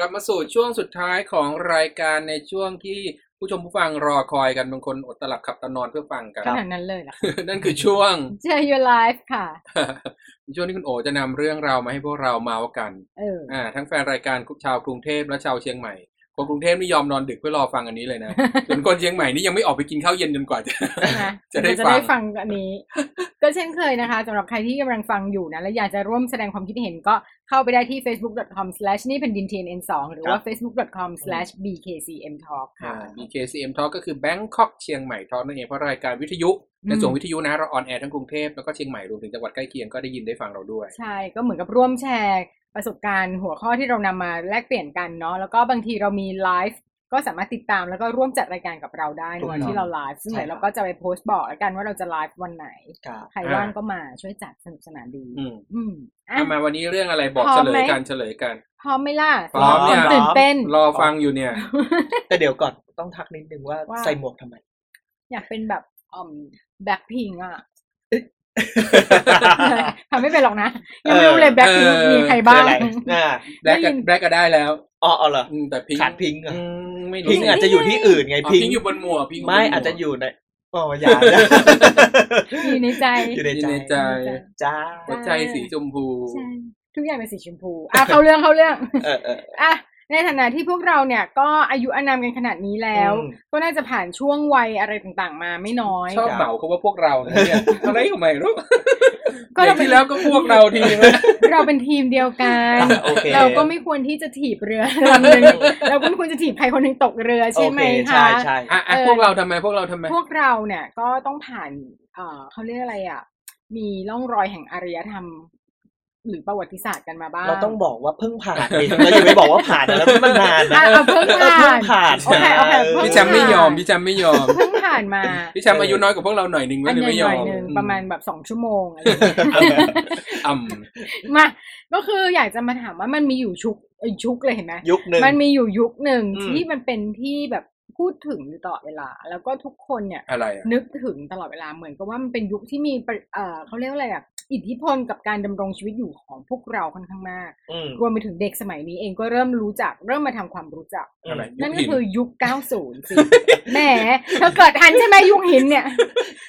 ลับมาสู่ช่วงสุดท้ายของรายการในช่วงที่ผู้ชมผู้ฟังรอคอยกันบางคนอดตลับขับตานอนเพื่อฟังกัน ขนาดนั้นเลยเหรอ นั่นคือช่วง เจอ your life ค่ะ ช่วงที่คุณโอจะนำเรื่องราวมาให้พวกเราเมาส์กัน เออ อ่า ทั้งแฟนรายการชาวกรุงเทพและชาวเชียงใหม่ คนกรุงเทพนี่ยอมนอนดึกเพื่อรอฟังอันนี้ เลยนะ ส่วนคนเชียงใหม่นี่ยังไม่ออกไปกินข้าวเย็นจนกว่าจะ นะ จะได้ เราจะ ฟั ได้ ง ฟังอันนี้ ก็เช่นเคยนะคะสำหรับใครที่กำลังฟังอยู่นะ และอยากจะร่วมแสดงความคิดเห็นก็เข้าไปได้ที่ facebook.com slash นี่เป็นดิน tnn2 หรือว่า ครับ facebook.com slash bkcmtalk อ่า ค่ะ BKCM Talk ก็คือ Bangkok เชียงใหม่ Talk นั่นเองเพราะรายการวิทยุในส่วนวิทยุนะเราออนแอร์ทั้งกรุงเทพแล้วก็เชียงใหม่รวมถึงจังหวัดใกล้เคียงก็ได้ยินได้ฟังเราด้วย ใช่ ก็เหมือนกับร่วมแชร์ประสบการณ์หัวข้อที่เรานำมาแลกเปลี่ยนกันเนาะ แล้วก็บางทีเรามีไลฟ์ก็สามารถติดตามแล้วก็ร่วมจัดรายการกับเราได้ในวันที่เราไลฟ์ ซึ่งเดี๋ยวเราก็จะไปโพสต์บอกแล้วกันว่าเราจะไลฟ์วันไหน ครับ ใครว่างก็มาช่วยจัดสนุกสนานดี อืม อืมอ่ะ เอามาวันนี้เรื่องอะไรบอก พร้อ เฉ ม ล ไหม ยกันเฉลยกัน พร้อมไหมล่ะ พร้อมเนี่ย ตื่นเต้น รอฟังอยู่เนี่ย แต่เดี๋ยวก่อนต้องทักนิดนึงว่า ว่า ใส่หมวกทำไม อยากเป็นแบบอ่อมแบ็คพิงอ่ะ ทำไม่เป็นหรอกนะ ยังไม่รู้เลยแบ็คพิง เออ มีใคร บ้าง คืออะไรอ่า แบล็ก ได้ยิน แบล็กก็ได้แล้ว อ๋อเอาเหรอ อืมแต่พิง ขาดพิงค์เหรอ อืมไม่รู้ พิงค์อาจจะอยู่ที่อื่นไง อ๋อ พิง พิง ค์ อยู่บนหมวกพิงยู่บนห ไม่ วก อาจจะอยู่ในอ๋ออย่านะ อยู่ในใจ อยู่ใน อยู่ ใจ ในใจ จ้า หัวใจสีชมพู ใช่ทุกอย่างเป็นสีชมพู อ่ะ เข้าเรื่องเข้าเรื่อง เออเออ อ่ะ ในฐานะที่พวกเราเนี่ยก็อายุอานามกันขนาดนี้แล้ว อืม ก็น่าจะผ่านช่วงวัยอะไรต่างๆ มาไม่น้อย ชอบเหมาเขาว่าพวกเรานะเนี่ยอะไรของไม่รู้ ก็เรา เด็ก เป็น ที่แล้วก็พวกเราทีนึง เราเป็นทีมเดียวกัน อ่ะโอเค เราก็ไม่ควรที่จะถีบเรือ ลำหนึ่งเราก็ไม่ควรจะถีบใครคนหนึ่งตกเรือใช่ไหม โอคะเคใช่ใช่ อ่ะอ่ะ เออ พวกเราทำไมพวกเราทำไม พวกเราเนี่ยก็ต้องผ่านเอ่อเขาเรียกอะไรอ่ะ มีร่องรอยแห่งอารยธรรม หรือประวัติศาสตร์กันมาบ้าง เราต้องบอกว่าเพิ่งผ่านเองเราอย่าไปบอกว่าผ่านนะแล้วมันนาน นะอ่ะเอาเพิ่งผ่าน เออเพิ่งผ่าน โอเคโอเคเพิ่งผ่าน พี่แชมป์ไม่ยอมพี่แชมป์ไม่ยอม เพิ่งผ่านมา พี่แชมป์อายุน้อยกว่าพวกเราหน่อยหนึง อั ไม่ น เลย ใหญ่ ไม่ ห ยอ น่อย ม หนึ่ง อื ประมาณแบบสองชั่วโมง อะไรอย่างเงี้ย อ่ำ มา ก็คืออยากจะมาถามว่ามันมีอยู่ชุกเอ้ยชุกเลยเห็นไหม ยุคหนึ่ง มันมีอยู่ยุคหนึ่ง อืม ที่มันเป็นที่แบบพูดถึงอยู่ตลอดเวลา แล้วก็ทุกคนเนี่ย อะไรอ่ะ นึกถึงตลอดเวลาเหมือนกับว่ามันเป็นยุคที่มีประเอ่อเขาเรียกว่าอะไรอ่ะอิทธิพลกับการดำรงชีวิตอยู่ของพวกเราค่อนข้างมาก อืม รวมไปถึงเด็กสมัยนี้เองก็เริ่มรู้จัก เริ่มมาทำความรู้จัก อะไร นั่น ยุหิก็คือยุค 90 สิ แหมเธอเกิดทันใช่ไหมยุคหินเนี่ย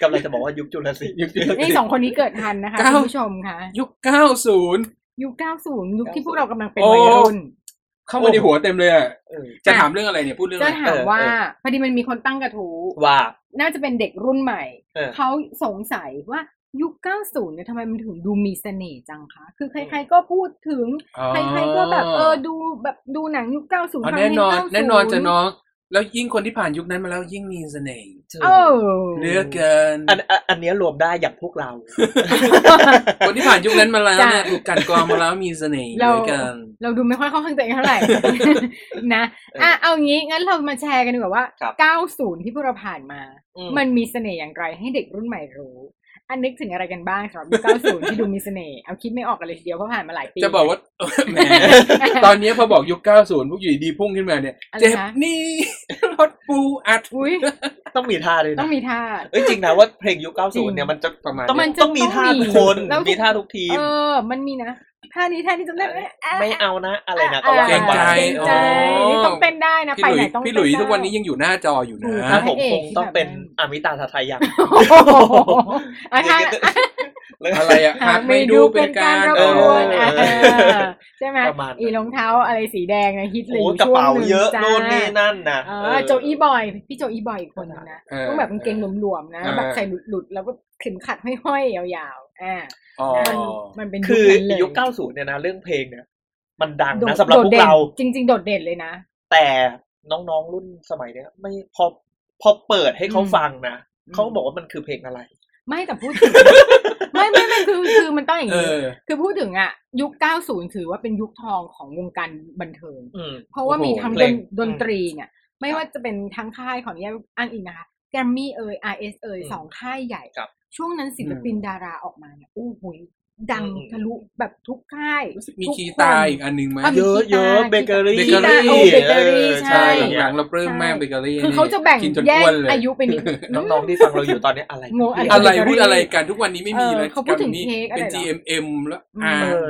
กำลังจะบอกว่ายุคจุลศิลป์ ยุคหิน นี่สองคนนี้เกิดทันนะคะ เก้า คุณผู้ชมค่ะ ยุคเก้าศูนย์ ยุค 90 ยุคที่พวกเรากำลังเป็น โอ้ วัยรุ่น เข้ามาในหัวเต็มเลยอ่ะ เออ จะถามเรื่องอะไรเนี่ยพูดเรื่อง จะ อะไร ถามว่า เออ พอดีมันมีคนตั้งกระทู้ ว่า น่าจะเป็นเด็กรุ่นใหม่ เออ เขาสงสัยว่ายุค 90 เนี่ยทำไมมันถึงดูมีเสน่ห์จังคะ คือใครๆก็พูดถึง อ๋อ ใครๆก็แบบเออดูแบบดูหนังยุค 90 อ๋อ ฟังเพลง แน่นอน 90 แน่นอนจะน้อง แล้วยิ่งคนที่ผ่านยุคนั้นมาแล้วยิ่งมีเสน่ห์ เออ เหลือกเกิน อันอันอันเนี้ยรวมได้อย่างพวก เรา คนที่ผ่านยุคนั้นมาแล้วเนี่ย จ้ะ ถูกกลันกรองมาแล้วมีเสน่ห์เหลื เรา อเกิน เราดูไม่ค่อยเข้าข้างตัวเองเท่าไหร่ นะอ่ะเอางี้งั้นเรามาแชร์กันดีกว่าว่า ครับ เก้า90 ที่พวกเราผ่านมา อื มันมีเสน่ห์อย่างไรให้เด็กรุ่นใหม่รู้ อันนึกถึงอะไรกันบ้างสำหรับยุค 90 ที่ดูมีเสน่ห์เอาคิดไม่ออกกันเลยทีเดียวเพราะผ่านมาหลายปี จะบอกว่า แหม ตอนนี้พอบอกยุค 90 พวกอยู่ดีๆพุ่งขึ้นมาเนี่ย อะไรคะ เจ็บนี่ รถปูอัด อุ้ย ต้องมีท่าด้วย ต้อ นะ งมีท่า เอ้ยจริงนะว่าเพลงยุค จริง 90 เนี่ยมันจะ ประมาณ ต้อง เนี้ย มันจะ ต้องมีท่า ต้องมี ทุกคน แล้ว มีท่าทุกทีม เออ มันมีนะท่านี้ท่านี้จำได้ไหมะ ไม่เอานะ อะไรนะก็ว่า เกรงใจ ไป เกรงใจ อ๋อ นี่ต้องเต้นได้นะ พี่ ไป หลุ ไห ยส์นต้อง พี่หลุยส์ เต้ได้ ทุกวันนี้ยังอยู่หน้าจออยู่ ถูก นะ ถ้า บ ผม พระเอก คงต้องเป็น ที่แบบนั้น อามิตาทาทายัง โอ้โหอ่ะท่า อะไรอ่ะหากไม่ดูเป็นการ รบ เอก วน เอ อ อ เออใช่ไหม ประมาณนั้น อีรองเท้าอะไรสีแดงนะฮิตเลย โอ้ อยู่ กระ ช่วง เป๋า หนึ่ง เยอะ จ้า นู่นนี่นั่นนะ เออโจอี้บอย พี่โจอี้บอยอีกคนนึงนะ เ ต้องแบบกางเกงหลวมๆนะ เออ แบบใส่หลุดๆแล้วก็เข็มขัดห้อยๆยาวๆอ่า อ๋อ มันมันเป็น คือ นั้นเลย ยุค 90 เนี่ยนะ เรื่องเพลงเนี่ย มันดัง โดด นะสำหรับ โด พ ด วก ด่น เรา จริง ๆ โดดเด่นเลยนะ แต่น้องๆรุ่นสมัยเนี้ย ไม่พอพอเปิดให้เขา อืม ฟังนะเขาก็บอกว่ามันคือเพลงอะไร ไม่แต่พูดถึง ไม่ไม่ไม่คือคือมันต้องอย่าง เอ นี้ อ คือพูดถึงอ่ะยุค 90 ถือว่าเป็นยุคทองของวงการบันเทิง อืม เพราะว่า โอ้โห มีทั้ง เพลง ดนดนตรีเนี่ย ไม่ว่าจะเป็นทั้งค่ายของแยกอ้างอิงนะคะแกรมมี่เอ่ย RS เอ่ย อืม สองค่ายใหญ่ ครับ ช่วงนั้นศิลปินดาราออกมาเนี่ยโอ้โหยดัง อืม ทะลุแบบทุกค่าย รู้สึกมี ทุก คี น ตาอีกอันหนึงไหม อ่ะ เยอะเยอะเบเกอรี่ เบเกอรี่ โอ้เบเกอรี่ใช่ ใช่ อย่าง ห เงี้ ลั ย งๆเราปลื้มมากเบเกอรี่ คือเขาจะแบ่ง กินจน แยก อ้วนเลย อายุไปนิด น้องๆที่ฟังเราอยู่ตอนเนี้ยอะไร งงอะไร อะ อะไร ไรพูดอะไรกันทุกวันนี้ไม่มี เออ แล้ว เขาพูดถึงเค้กอะไร เป็น เหรอ GMM แล้ว อืม อ่า เออ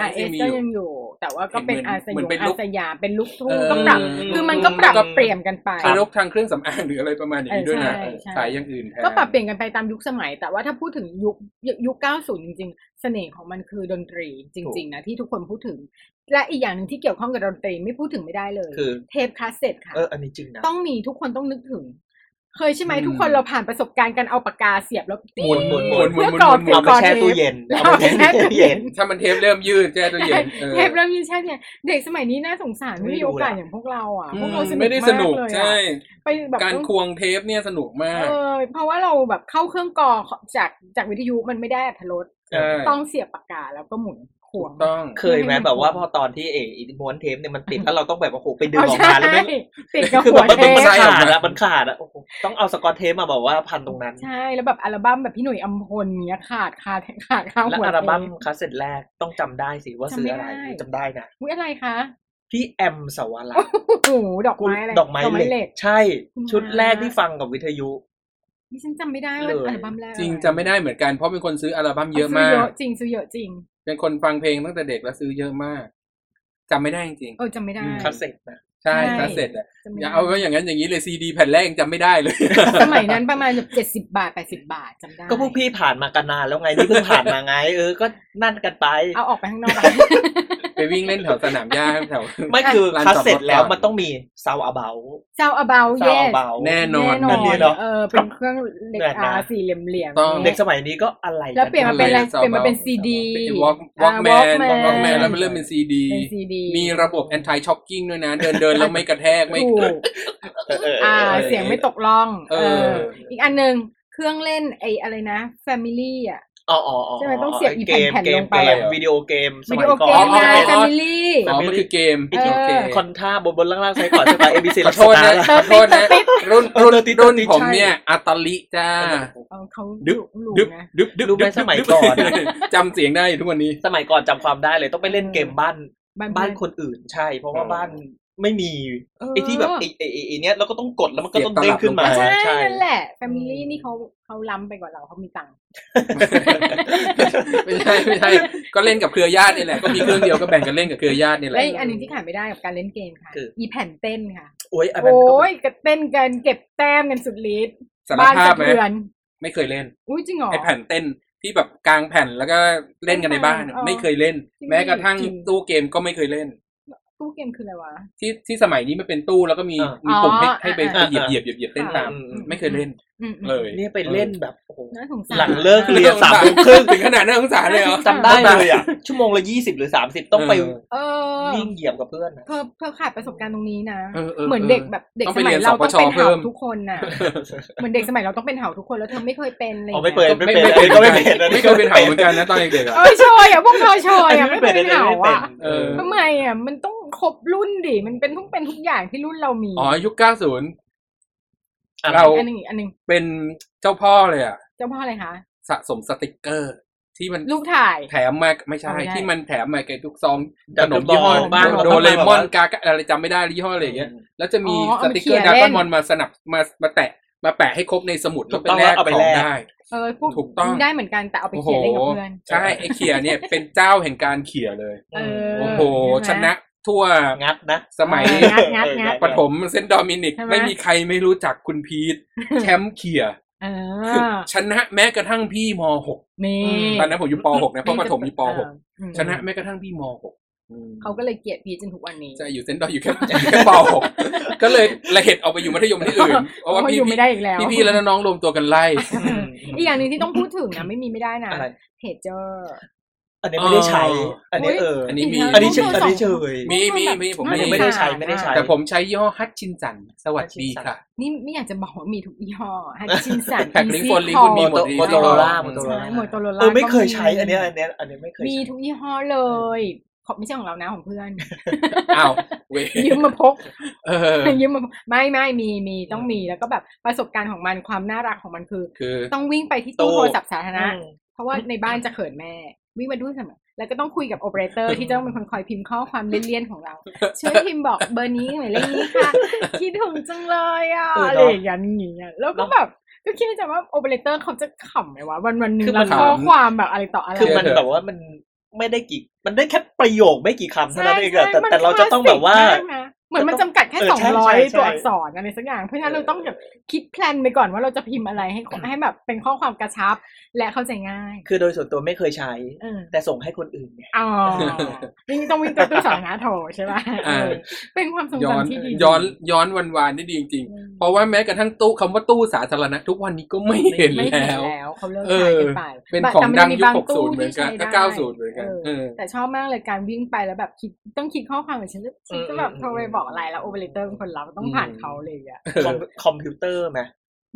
อ่า RS มี ก็ อยู่ ยังอยู่ แต่ แต่ว่าก็เป็น เหมือน อาส เหมือยน ม เป็น อา ลุค สยามเป็นลุกทุ่ง เออ ก็ปรับ ลุค คือมันก็ปรับ มันก็ เปลี่ยนกันไป คารกทางเครื่องสำอางหรืออะไรประมาณอย่างนี้ด้วยนะ เออใช่ ขายอย่างอื่นแทน ก็ปรับเปลี่ยนกันไปตามยุคสมัย แต่ว่าถ้าพูดถึงยุคยุค 90 จริง ๆ เสน่ห์ของมันคือดนตรีจริง ๆ นะ ที่ทุกคนพูดถึง และอีกอย่างหนึ่งที่เกี่ยวข้องกับดนตรีไม่พูดถึงไม่ได้เลย คือ เทปคาสเซ็ตค่ะ เอออันนี้จริงนะ ต้องมีทุกคนต้องนึกถึง เคยใช่ไหม อืม ทุกคนเราผ่านประสบการณ์การเอาปากกาเสียบแล้วตี หมุนหมุนหมุน เพื่อกรอบเสีย เอา ง ไปแช่ตู้เย็นเอาไปแช่ตู้เย็น ถ้ามันเทปเริ่มยืดแช่ตัวเย็นออ เทปแล้วมีแช่เนี่ยเด็กสมัยนี้น่าสงสาร ไม่ ไม่ ได้ มี ดู โอกาส ละ อย่างพวกเราอ่ะ อื พว ม กเราสนุก ไม่ได้สนุก มากเลย ใช่ อะไปแบบ การ ต้อง ควงเทปเนี่ยสนุกมาก เออเพราะว่าเราแบบเข้าเครื่องกรองจากจากวิทยุมันไม่ได้อัตรส ใช่ ต้องเสียบปากกาแล้วก็หมุนข ถู วง กต้อง เคยไหมแบบว่าพอตอนที่เออม้วนเทปเนี่ยมันติดแล้วเราต้องแบบโอ้โหไปดึง เอา ออก ใช่ มาแล้วมัน ติดกับ คือ หัวแบบมัน เท เป็น มั ป ใช่ ขาดอะมันขาดอะโอ้โหต้องเอาสกอตเทปมาบอกว่าพันตรงนั้น ใช่แล้วแบบอัลบั้มแบบพี่หนุ่ยอัมพลเนี้ยขาดขาดขาดข้าง และ หัว อัลบั้ม เทป คาสเซ็ตแรกต้องจำได้สิว่าซื้ออะไร จำไม่ได้ จำได้นะ อุ๊ยอะไรคะ พี่แอมสวรักษ์ โอ้โหดอกไม้อะไร ดอกไม้เหล็ก ใช่ ชุดแรกที่ฟังกับวิทยุ นี่ฉันจำไม่ได้ว่า เลย อัลบั้มแรก จริง อ จำไม่ได้เหมือนกันเพราะเป็นคนซื้ออัลบั้มเยอะมา ซื้ ก เยอะจริงซื้อเยอะจริง เป็นคนฟังเพลงตั้งแต่เด็กแล้วซื้อเยอะมากจำไม่ได้จริง เออจำไม่ได้ อืม คาสเซ็ตนะ ๆใช่คาสเซ็ตอะ จำไม่ อ ได้ ย่าเอาไว้อย่างนั้นอย่างนี้เลยซีดีแผ่นแรกยังจำไม่ได้เลย สมัยนั้นประมาณแบบเจ็ดสิบาทแปดสิบาทจำได้ ก็พวกพี่ผ่านมากันนานแล้วไงนี่เพิ่งผ่านมาไง เออ ก็นั่นกันไป เอาออกไปข้างนอกไป ไปวิ่งเล่นแถวสนามหญ้าแถว ไม่คือ ร้าน คาสเซ็ต จอดรถ แล้ว ก่อน มันต้องมีซาวอาเบล เจ้าอาเบา ซาว เย่ อาเบล แน่นอน แน่ อันนี้ น เน อ อะ นเออเป็นเครื่องเล็ก แบบ อา นะ สี่เหลี่ยมๆ ต้อง เด็กสมัยนี้ก็อะไรกั แล้วเปลี่ยนมาเป็นอะไรเปลี่ยนมาเป็นซีดี วอล์กวอล์กแมน อ่าว ว อ อ ล์ ล์ ก ก แม แม น น แล้วมันเริ่มเป็นซีดี เป็นซีดี มีระบบ anti shocking ด้วยนะ เดินเดินแล้วไม่กระแทกไม่ ถูก เออเออเออ อ่า เออ เสียงไม่ตกล่อง เออ อีกอันหนึ่งเครื่องเล่นไอ้อะไรนะ Family อ่ะ อ๋ออ๋ออ๋อ ใช่ไหมต้องเสียบอี เกม แผ่นๆ เก ล ม งไป เกมวิดีโอเกมส วิดีมัย โอ ก่อ เกม น ไง อ๋อ Family อ๋อมันคือเกม เออ โอเค คอนท่าบนบนล่างล่างๆซ้ายขวาใช่ปะ ABC ข ลั อก โทษ ษณะ นะ ล่ะ ขอโทษนะ รุ่น เออ รุ่น เตอร์ตี้ รุ่น เตอร์ตี้ ผม ใช่ เนี่ยอัตลิจ้า เอาเขา ดึก หลู ดึบ นะ ดึบดึบ รู้ไหม ดึบ สมัย ดึบ ก่อน จำเสียงได้อยู่ทุกวันนี้ สมัยก่อนจำความได้เลยต้องไปเล่นเกมบ้านบ้านคนอื่นใช่ เพราะว่า เออ บ้านไม่มีไอ้ที่แบบไอ้ไอ้ไอ้ไอ้เนี้ยแล้วก็ต้องกดแล้วมันก็ต้องเด้งขึ้นมา ใช่นั่นแหละ Family นี่เขาเขาล้ำไปกว่าเราเขามีตังค์ ไม่ใช่ไม่ใช่ก็เล่นกับเครือญาตินี่แหละก็มีเครื่องเดียวก็แบ่งกันเล่นกับเครือญาตินี่แห และ ละ อีกอันหนึ่งที่ขาดไม่ได้กับการเล่นเกมค่ะ คือ อีแผ่นเต้นค่ะ โอ้ยอันนั้นก็ โอ้ เป็ ย น กระเต้นกันเก็บแต้มกันสุดฤทธิ์ สาร บ้าน ภา สะ พไหม เทือน ไม่เคยเล่น อุ้ยจริงเหรอ ไอแผ่นเต้นที่แบบกลางแผ่นแล้วก็เล่นกันในบ้านอะ เออ ไม่เคยเล่น จริง แม้กระทั่ง จริง ตู้เกมก็ไม่เคยเล่น ตู้เกมคืออะไรวะ ที่ที่สมัยนี้มันเป็นตู้แล้วก็มี ามี มีปุ่มให้ อ๋อ ให้ไป อ่า เหยียบเหยียบเหยียบเหยียบเต้นตาม อืมอืม ไม่เคยเล่น อืมๆ เลย เนี่ยไปเล่นแบบโอ้โห น่าสงสาร หลังเลิกเรียนสามทุ่มครึ่ง ถึงขนาดน่าสงสารเลยเหรอ จำได้เลยอ่ะ ชั่วโมงละยี่สิบหรือสามสิบต้องไป เออ วิ่งเหยียบกับเพื่อนอะ เธอเธอขาดประสบการณ์ตรงนี้นะ เออเออ เหมือนเด็กแบบเด็ก ต้อง ส ไป มั เรี ย ยน เราต้อสปงช เป็น เพิ่ เห่าม ทุกคนน่ะเหมือนเด็กสมัยเราต้องเป็นเห่าทุกคนแล้วเธอไม่เคยเป็นอะไร อ๋ ย่า องงี้ยไม่เปิดไม่เป็น ไม่ ก็ไม่ ไม่ เป็นอัน ไม่ นี้ เค ก็ ยเป็นเห่าเหมือนกันนะตอนเด็กๆอะ เออชอยอ่ะพวกเธอชอยอ่ะ อันนี้ ไม่เคไม่เป็ ย น เป็น อัน เห่า นี้ไม่เป็น อ่ะ เออ ทำไมอ่ะมันต้องครบรุ่นดิมันเป็นต้องเป็นทุกอย่างที่รุ่นเรามี อ๋อยุค 90 เรา อันหนึ่งอันหนึ่ง เป็นเจ้าพ่อเลยอ่ะ เจ้าพ่ออะไรคะ สะสมสติกเกอร์ ที่มัน ลูกถ่าย แถมมาไม่ใช่ จำไม่ได้ ที่มันแถมมาแกบทุกซอง ดั ข ก น เบิ ม ล ยี่ห้อบ อลบ้าง โดเรมอน แล้วก็ กากะอะไรจำไม่ได้ยี่ห้ออะไรอย่างเงี้ย แล้วจะมี อ๋อ ส เอา ติกเกมาอร์ เขี ดายร์นก เล่ อน น มอนมาสนับมามาแตะมาแปะให้ครบในสมุดแล้วไป ถูกต้อง แลก เอาไป ของ แลก ได้ เออพวก ถูกต้อง ได้เหมือนกันแต่เอาไป โอ้โห เขียนเล่นกับเพื่อน ใช่ไอเขียเนี่ยเป็นเจ้าแห่งการเขียเลย เออ โอ้โห ช ใไหม นะทั่ว งัดนะ สมัย เอองัดงัดงัด ปฐมเซนต์ดอมินิก ใช่ไหม ไม่มีใครไม่รู้จักคุณพีทแชมป์เขีย เออ ชนะแม้กระทั่งพี่ม .6 นี่ ตอนนั้นผมอยู่ป .6 นะเพราะปฐมมีป อืม .6 ชนะแม้กระทั่งพี่ม .6 เขาก็เลยเกลียดพีชจนทุกวันนี้ จะอยู่เซนต์ดอมอยู่แค่แค่ป .6 ก็ เลยละเหตุออกไปอยู่มัธยมที่อื่นเพราะว่า โอ้ย พี่ อยู่ไม่ได้อีกแล้ว พี่พี่ๆและน้องๆรวมตัวกันไล่ อืม อีกอย่างหนึ่งที่ต้องพูดถึงนะไม่มีไม่ได้นะ อะไร เพจเจอร์ อันนี้ไม่ได้ใช้ อ๋ออั อันนี้เออ อั อั นนี้มี อันนี้เฉย พวก อัน เรา นี้เฉ สอง ย มีมีมีผม ไม่ มี ไม่ได้ใช้ไม่ได้ใช้ แต่ผมใช้ยี่ห้อฮัตชินจัน สวัสดีค่ะ นี่ไม่อยากจะบอกว่ามีทุกยี่ห้อฮัตชิ นสัน แพ็คลิงก์คนลิงก์คุณมี Moto- หมด Motorola หมด Motorola หมด Motorola เออไม่เคย ก็มี ใช้อันเนี้ยอันเนี้ยอันเนี้ยไม่เคย มี ใช้ ทุกยี่ห้อเลยของไม่ใช่ของเรานะของเพื่อน อ้าวเวย ยืมมาพก เออ ยืมมาพกไม่ไม่มีมีต้องมีแล้วก็แบบประสบการณ์ของมันความน่ารักของมันคือ คือ ต้องวิ่งไปที่ตู้โทรศัพท์สาธารณะ อืม เพราะว่าในบ้านจะเขินแม่ วิ่งมาด้วยเสมอแล้วก็ต้องคุยกับโอเปอเรเตอร์ที่จะต้องเป็นคนคอยพิมพ์ข้อความเลี่ยนๆของ เรา ช่วยพิมพ์บอกเบอร์นี้หมายเลขนี้ค่ะ คิดถึงจังเลยอ่ะ เออ อะไร เนอะ อย่างเงี้ยแล้วก็แบบก็คิดในใจว่าโอเปอเรเตอร์เขาจะขำไหมวะวันวันๆหนึ่ง คือมั เรา น ข้อความแบบอะไรต่ออะไร คือมัน เออ แบบว่ามัน ไม่ได้กี่ มันได้แค่ประโยคไม่กี่คำเท่า ใช่ นั้นเองอะแต่ ใช่มัน แต่เราจะต้องแบบว่า คลสสิกมกนะเหมือนมันจำกัดแค่ เออ สอง ใช่ ร้อย ใช่ใช่ ตัวอักษรอะไรสักอย่าง เพราะฉะนั้นเราต้องแบบคิดแพลนไปก่อนว่าเราจะพิมพ์อะไรให้คนให้แบบเป็นข้อความกระชับและเข้าใจง่าย คือโดยส่วนตัวไม่เคยใช้ เออ แต่ส่งให้คนอื่นไง อ๋อนี่ต้องวิ่งตัวตู้สอนนะโถใช่ไหม อ่า เออเป็นความทรง ย้อน จำที่ดี ย้อนย้อนวันวานได้ดีจริง อืม ๆ เพราะว่าแม้กระทั่งตู้คำว่าตู้สาธารณะทุกวันนี้ก็ไม่เห็น ไม่เห็น แล้ว แล้วเขาเลิก เออ ใช้กันไป เป็น แต่ ของ แต่มั ดัง มี ยุค บาง หกศูนย์ ตู้ เหมือนกัน ที่ใช้ ก็ ได้ เก้าศูนย์เหมือนกัน เออ เออ แต่ชอบมากเลยการวิ่งไปแล้วแบบคิดต้องคิดข้อความเหมือนฉันฉันจะแบบ อืม โทรไปบอกอะไรแล้วโอเปอเรเตอร์เป็นคนรับต้องผ่านเขาเลยอะ คอมคอมพิวเตอร์ไหม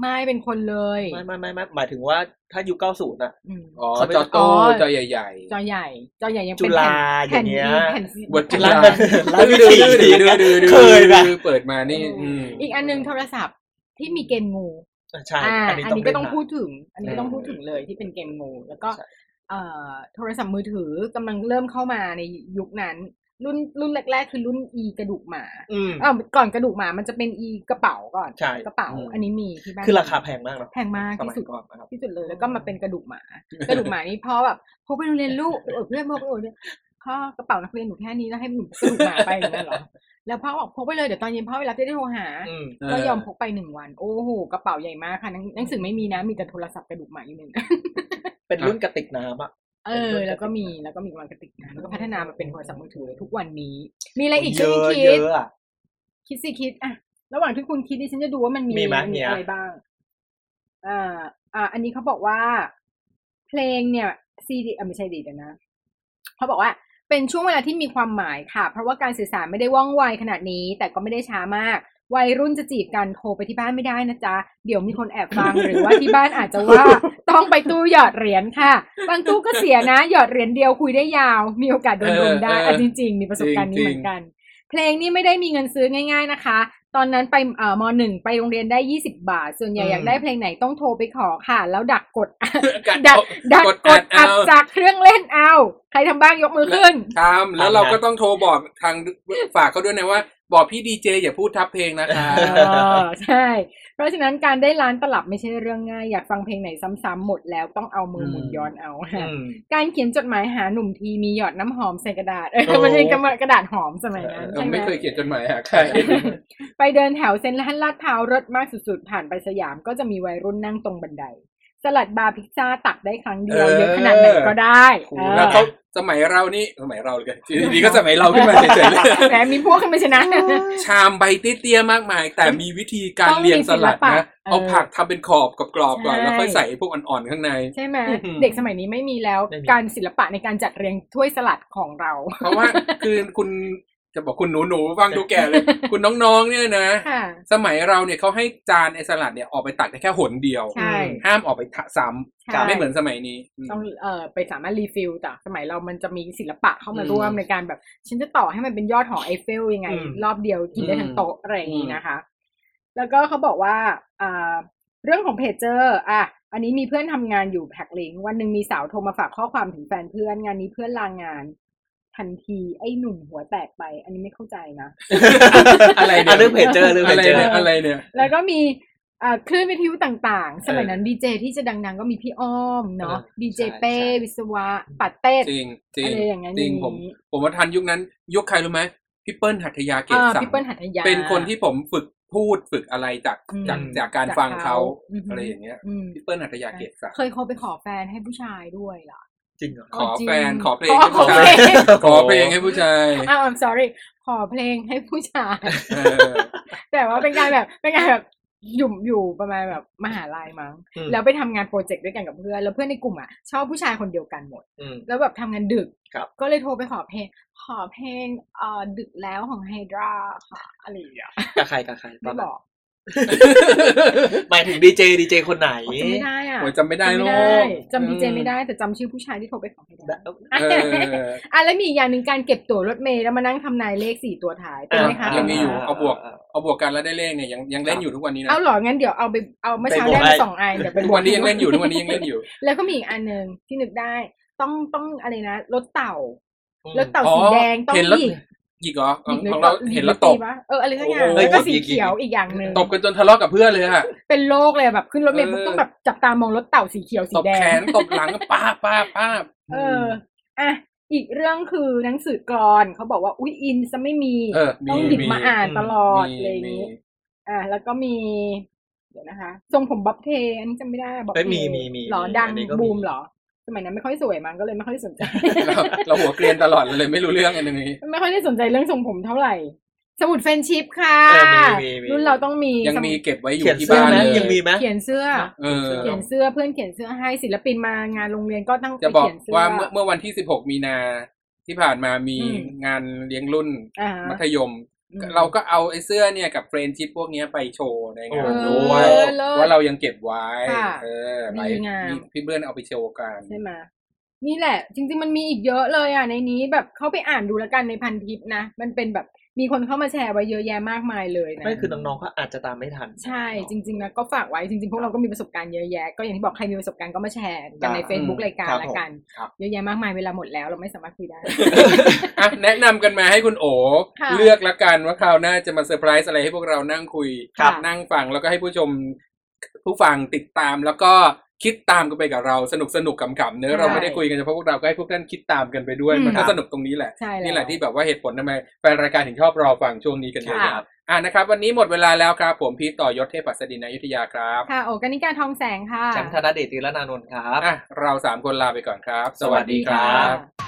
ไม่เป็นคนเลย ไม่ไม่ไม่ไม่หมายถึงว่าถ้ายุคเก้าศูนย์อะ อืม อ๋อ เขาไม่ จอโต้ อ๋อ จอใหญ่ จอใหญ่จอใหญ่ยัง จุ เป็น ฬาอ แผ่ ย่าน งเงี้ย แผ่นซี วัดจุฬา ร้าน แผ่นซี ร้านวิธี ดื้อดื้อดื้อดื้อดื้อ เคยนะ ดื้อเปิดมานี่ เอออื ม อีกอันหนึงโทรศัพท์ที่มีเกมงู อ่ะใช่ อ่า อันนี้ อัน ต้อง นี้ก็ต้อง เล่นนะ พูดถึง อันนี้ก็ต้อง เออ พูดถึงเลยที่เป็นเกมงูแล้วก็ ใช่ เอ่อโทรศัพท์มือถือกำลังเริ่มเข้ามาในยุคนั้น รุ่นรุ่นแรก ๆ คือรุ่น e กระดูกหมา อืม เอ่อก่อนกระดูกหมามันจะเป็น e กระเป๋าก่อน ใช่ กระเป๋า อืม อันนี้มีที่บ้าน คือราคาแพงมากเนาะ แพงมาก สมั ที่ ย สุด ก่อนนะครับ ที่สุดเลยแล้วก็มาเป็นกระดูกหมา กระดูกหมานี่พ่อแบบพกไปโรงเรียนลูกเออเพื่อนพกไปโรงเรียนพ่อกระเป๋านักเรียนหนูแค่นี้แล้วให้หนูกระดูกหมาไปอย่างเงี้ยเหรอแล้วพ่อบอกพกไปเลยเดี๋ยวตอนเย็นพ่อไปรับจะได้โทรหา อืม เออ ก็ยอมพกไปหนึ่งวัน โอ้โหกระเป๋าใหญ่มากค่ะหนังหนังสือไม่มีนะมีแต่โทรศัพท์กระดูกหมาอยู่หนึ่ง เป็นรุ่นกระติกน้ำอ่ะ เออ แล้วก็มีแล้วก็มีวันกระติกนะแล้วก็พัฒนามาเป็นโทรศัพท์มือถือทุกวันนี้ มีอะไรอีก เย ช่วย อะ คิ เย ด อะอ่ะ คิดสิคิดอะระหว่างที่คุณคิดดิฉันจะดูว่ามันมี มีไหมมีอะ อะไรบ้างอ่าอ่า อันนี้เขาบอกว่า เพลงเนี่ยซีดีไม่ใช่ดีเดี๋ยวนะเขาบอกว่าเป็นช่วงเวลาที่มีความหมายค่ะ เพราะว่าการสื่อสารไม่ได้ว่องไวขนาดนี้ แต่ก็ไม่ได้ช้ามาก วัยรุ่นจะจีบกันโทรไปที่บ้านไม่ได้นะจ๊ะ เดี๋ยวมีคนแอบฟัง หรือว่าที่บ้านอาจจะว่า ต้องไปตู้หยอดเหรียญค่ะ บางตู้ก็เสียนะ หยอดเหรียญเดียวคุยได้ยาว มีโอกาสโดนรุมได้ เออเออ อันจริง ๆ มีประสบการณ์นี้ จริงๆ เหมือนกัน เพลงนี้ไม่ได้มีเงินซื้อง่าย ๆนะคะ ตอนนั้นไปเอ่อมหนึ่งไปโรงเรียนได้ยี่สิบาท ส่วนใหญ่ อืม อยากได้เพลงไหนต้องโทรไปขอค่ะ แล้วดักกด กั ด ดักดัก กด ก อั ด ด อั เอา ดจากเครื่องเล่นเอา ใครทำบ้างยกมือขึ้น ทำแล้วเราก็ต้องโทรบอกทางฝากเขาด้วยนะว่า บอกพี่ดีเจอย่าพูดทับเพลงนะคะ เออใช่ เพราะฉะนั้นการได้ร้านตลับไม่ใช่เรื่องง่าย อยากฟังเพลงไหนซ้ำๆหมดแล้วต้องเอามือหมุน อืม ย้อนเอา อืม การเขียนจดหมายหาหนุ่มทีมีหยอดน้ำหอมใส่กระดาษเอ โอ้ อมันเป็นกระดาษหอมสมัยนั้น เออ ใช่ไหม ไม่เคยเขียนจดหมายหาใคร ไปเดินแถวเซ็นทรัลลาดพร้าวรถมากสุดๆ ผ่านไปสยามก็จะมีวัยรุ่นนั่งตรงบันได สลัดบาร์พิซซ่าตักได้ครั้งเดียว เออ เยอะขนาดไหนก็ได้ โอ้ เอ โห อ แล้วเขาสมัยเรานี่สมัยเราเลยกันทีนี้ก็สมัยเราขึ้นมาเฉยๆเลย แหมมีพวกขึ้นมาชนะ ชามใบเตี้ยๆมากมาย แต่มีวิธีการ ต้องมี เรียงสลัด ศิลปะ นะ เออ เอาผักทำเป็นขอบกับกรอบก่อน ใช่ แล้วค่อยใส่พวกอ่อนๆข้างใน ใช่ไหม อื้อหือ เด็กสมัยนี้ไม่มีแล้ว ไม่มี การศิลปะในการจัดเรียงถ้วยสลัดของเรา เพราะว่าคือคุณจะบอกคุณหนูหนูๆฟังดูแก่ เลย คุณน้องๆเนี่ยนะ ค่ะ สมัยเราเนี่ยเขาให้จานไอสลัดเนี่ยออกไปตักได้แค่หนเดียว ใช่ ห้ามออกไปทะซ้ ใช่ ำไม่เหมือนสมัยนี้อืม ต้องเอ่อไปสามารถรีฟิลแต่สมัยเรามันจะมีศิลปะเข้ามา อืม ร่วมในการแบบฉันจะต่อให้มันเป็นยอดหอไอเฟลยังไง อืม รอบเดียวกินได้ทั้ง อืม โต๊ะอะไรอย่างนี้ อืม นะคะ แล้วก็เขาบอกว่าอ่าเรื่องของเพจเจอร์อ่ะอันนี้มีเพื่อนทำงานอยู่แพ็กลิงวันหนึ่งมีสาวโทรมาฝากข้อความถึงแฟนเพื่อนงานนี้เพื่อนลางงาน ทันทีไอ้หนุ่มหัวแตกไป อันนี้ไม่เข้าใจนะ อะไรเนี่ย อ่เรื่องเพจเจอร์เรื่องเพ อะ จ ไร เจอ เนี่ย ร์ อะไรเนี่ย แล้วก็มีเอ่อคลื่นวิทยุต่างๆ สมัย เออ นั้นดีเจที่จะดังๆ ก็มีพี่อ้อมเนาะ เออ ดีเจ ใช่ เป้ ใช่ วิศวะปัดเต้ด จริงจริ อะ ง ไรอย่างนั้น จริง อย่างนี้ ผมผมว่าทันยุคนั้น ยุคใครรู้ไหมพี่เปิ้ลหัทยาเกต อ่า สัง พี่เปิ้ลหัตถยา เป็นคนที่ผมฝึกพูดฝึกอะไรจาก อืม จากจากการ จาก ฟังเขา เขาอือฮึ อะไรอย่างเงี้ย อืม พี่เปิ้ลหัทยาเกตสัง เคยโทรไปขอแฟนให้ผู้ชายด้วยล่ะ จริงเหรอ ข อ๋อ อ จริง แฟนขอเพลง อ๋อ ให้ผู้ชา ขอยขอเพลงเพลงให้ผู้ชาย อ้าว I'm sorry ขอเพลงให้ผู้ชาย เออ แต่ว่าเป็นการแบบเป็นการแบบอยู่อยู่ประมาณแบบมหาลัยมั้ง อืม แล้วไปทำงานโปรเจกต์ด้วยกันกับเพื่อน แล้วเพื่อนในกลุ่มอ่ะชอบผู้ชายคนเดียวกันหมด อืม แล้วแบบทำงานดึก ครับ ก็เลยโทรไปขอเพลง ขอเพลงเอ่อดึกแล้วของไฮดราค่ะอะไรอย่างเงี้ย กับใครกับใคร ไม่บอก หมายถึงดีเจดีเจคนไหน จำไม่ได้อ่ะ โอ้ยจำไม่ได้ จำ โล ไม่ได้ ก จำดีเจไม่ได้แต่จำชื่อผู้ชายที่โทรไปขอไฮดรา เออ อ่ะแล้วมีอีกอย่างหนึ่งการเก็บตั๋วรถเมล์แล้วมานั่งทำนายเลขสี่ตัวท้ายเป็นไหมคะ อ่ะยังมีอยู่ เาบวก เอาบวกกันแล้วได้เลขเนี่ยยังยังเล่น ครับ อยู่ทุกวันนี้นะ เอาเหรองั้นเดี๋ยวเอาไปเอาเมื่อเช้า ไปบได้วกให้ มาสองอันเดี๋ยวไป ทุกวันนี้ยังเล่นอยู่ทุกวันนี้ยังเล่นอยู่ แล้วก็มีอีกอันหนึ่งที่นึกได้ ต้องต้องอะไรนะรถเต่า อืม รถเต่า อ๋อ สีแดงต้อง เห็นรถ หยิก หยิกเหรอของ หยิก ของเราเห็นแล้วตบ หยิปะเอออะไรสักอย่าง โอ้โห แล้วก็สี หยิกหยิก เขียวอีกอย่างหนึ่ง ตบกันจนทะเลาะกับเพื่อนเลยอะ เป็นโรคเลยแบบขึ้นรถเมล์ เออ ปุ๊บต้อง แบบจับตามองรถเต่าสีเขียวสี ตบ แด แข ง นตบหลังป้าป้าป้า เอออ่ะ อีกเรื่องคือหนังสือกลอน เขาบอกว่าอุ้ยอินซะไม่มี เออมี ต้องหยิบ มี มาอ่าน อืม ตลอด มี อะไรอย่าง มี นี้ อ่าแล้วก็มี เดี๋ยวนะคะ ทรงผมบ๊อบเทนอันนี้จำไม่ได้บ๊อบ เอ้ย เท มีมีมี หรอ มี ดัง อันนี้ก็มี บูมเหรอ สมัยนั้นไม่ค่อยสวยมั้งก็เลยไม่ค่อยสนใจ เราเราหัวเกรียนตลอดเลยไม่รู้เรื่องอันนี้ ไม่ค่อยได้สนใจเรื่องทรงผมเท่าไหร่ สมุดเฟรนด์ชิพค่ะ เออมีมีมี รุ่นเราต้องมี ยัง สด มีเก็บไว้อยู่ เขียน ที่ เสื้อ บ้าน ไหม เลย ยังมีไหม เขียนเสื้อ เออ เขียนเสื้อเพื่อนเขียนเสื้อให้ศิลปินมางานโรงเรียนก็ต้องไป จะบอก เขียนเสื้อ ว่าเมื่อเมื่อวันที่ 16 มีนาที่ผ่านมามี อืม งานเลี้ยงรุ่น อ่าฮะ มัธยม อืม เราก็เอาไอ้เสื้อเนี่ยกับเฟรนด์ชิปพวกเนี้ยไปโชว์ในงาน โอ้โห ด้วย เออเลิศ ว่าเรายังเก็บไว้ ค่ะ เออไป ดีงาม พี่เบิ้ลเอาไปโชว์กัน ใช่ไหมนี่แหละ จริง ๆ มันมีอีกเยอะเลยอ่ะในนี้แบบเข้าไปอ่านดูแล้วกันในพันทิปนะ มันเป็นแบบมีคนเข้ามาแชร์ไว้เยอะแยะมากมายเลยนะ ไม่คือน้องๆก็อาจจะตามไม่ทัน ใช่จริง ๆ นะ ก็ฝากไว้จริง ๆ พวกเราก็มีประสบการณ์เยอะแยะ ก็อย่างที่บอกใครมีประสบการณ์ก็มาแชร์กันใน ได้ Facebook รายการ ครับ ละ ผม กัน ครับ เยอะแยะมากมายเวลาหมดแล้วเราไม่สามารถคุยได้ อ่ะแนะนำกันมาให้คุณโอ ค่ะ เลือกละกันว่าคราวหน้าจะมาเซอร์ไพรส์อะไรให้พวกเรานั่งคุย ครับ นั่งฟังแล้วก็ให้ผู้ชมผู้ฟังติดตามแล้วก็คิดตามกันไปกับเราสนุกสนุกๆขำๆเนื้อะเราไม่ได้คุยกันเฉพาะพวกเราก็ให้พวกท่านคิดตามกันไปด้วย อืม มันก็สนุกตรงนี้แหละ ใช่แล้ว นี่แหละที่แบบว่าเหตุผลทำไมแฟนรายการถึงชอบรอฟังช่วงนี้กันเยอะ ค่ะ ๆอ่ะนะครับ วันนี้หมดเวลาแล้วครับ ผมพีทต่อยศเทพปัสดินอยุธยาครับ ค่ะโอกานิการทองแสงค่ะ แชมป์ธนเดชตีละนานนท์ครับ อ่ะเราสามคนลาไปก่อนครับ สวัสดีครับ ะ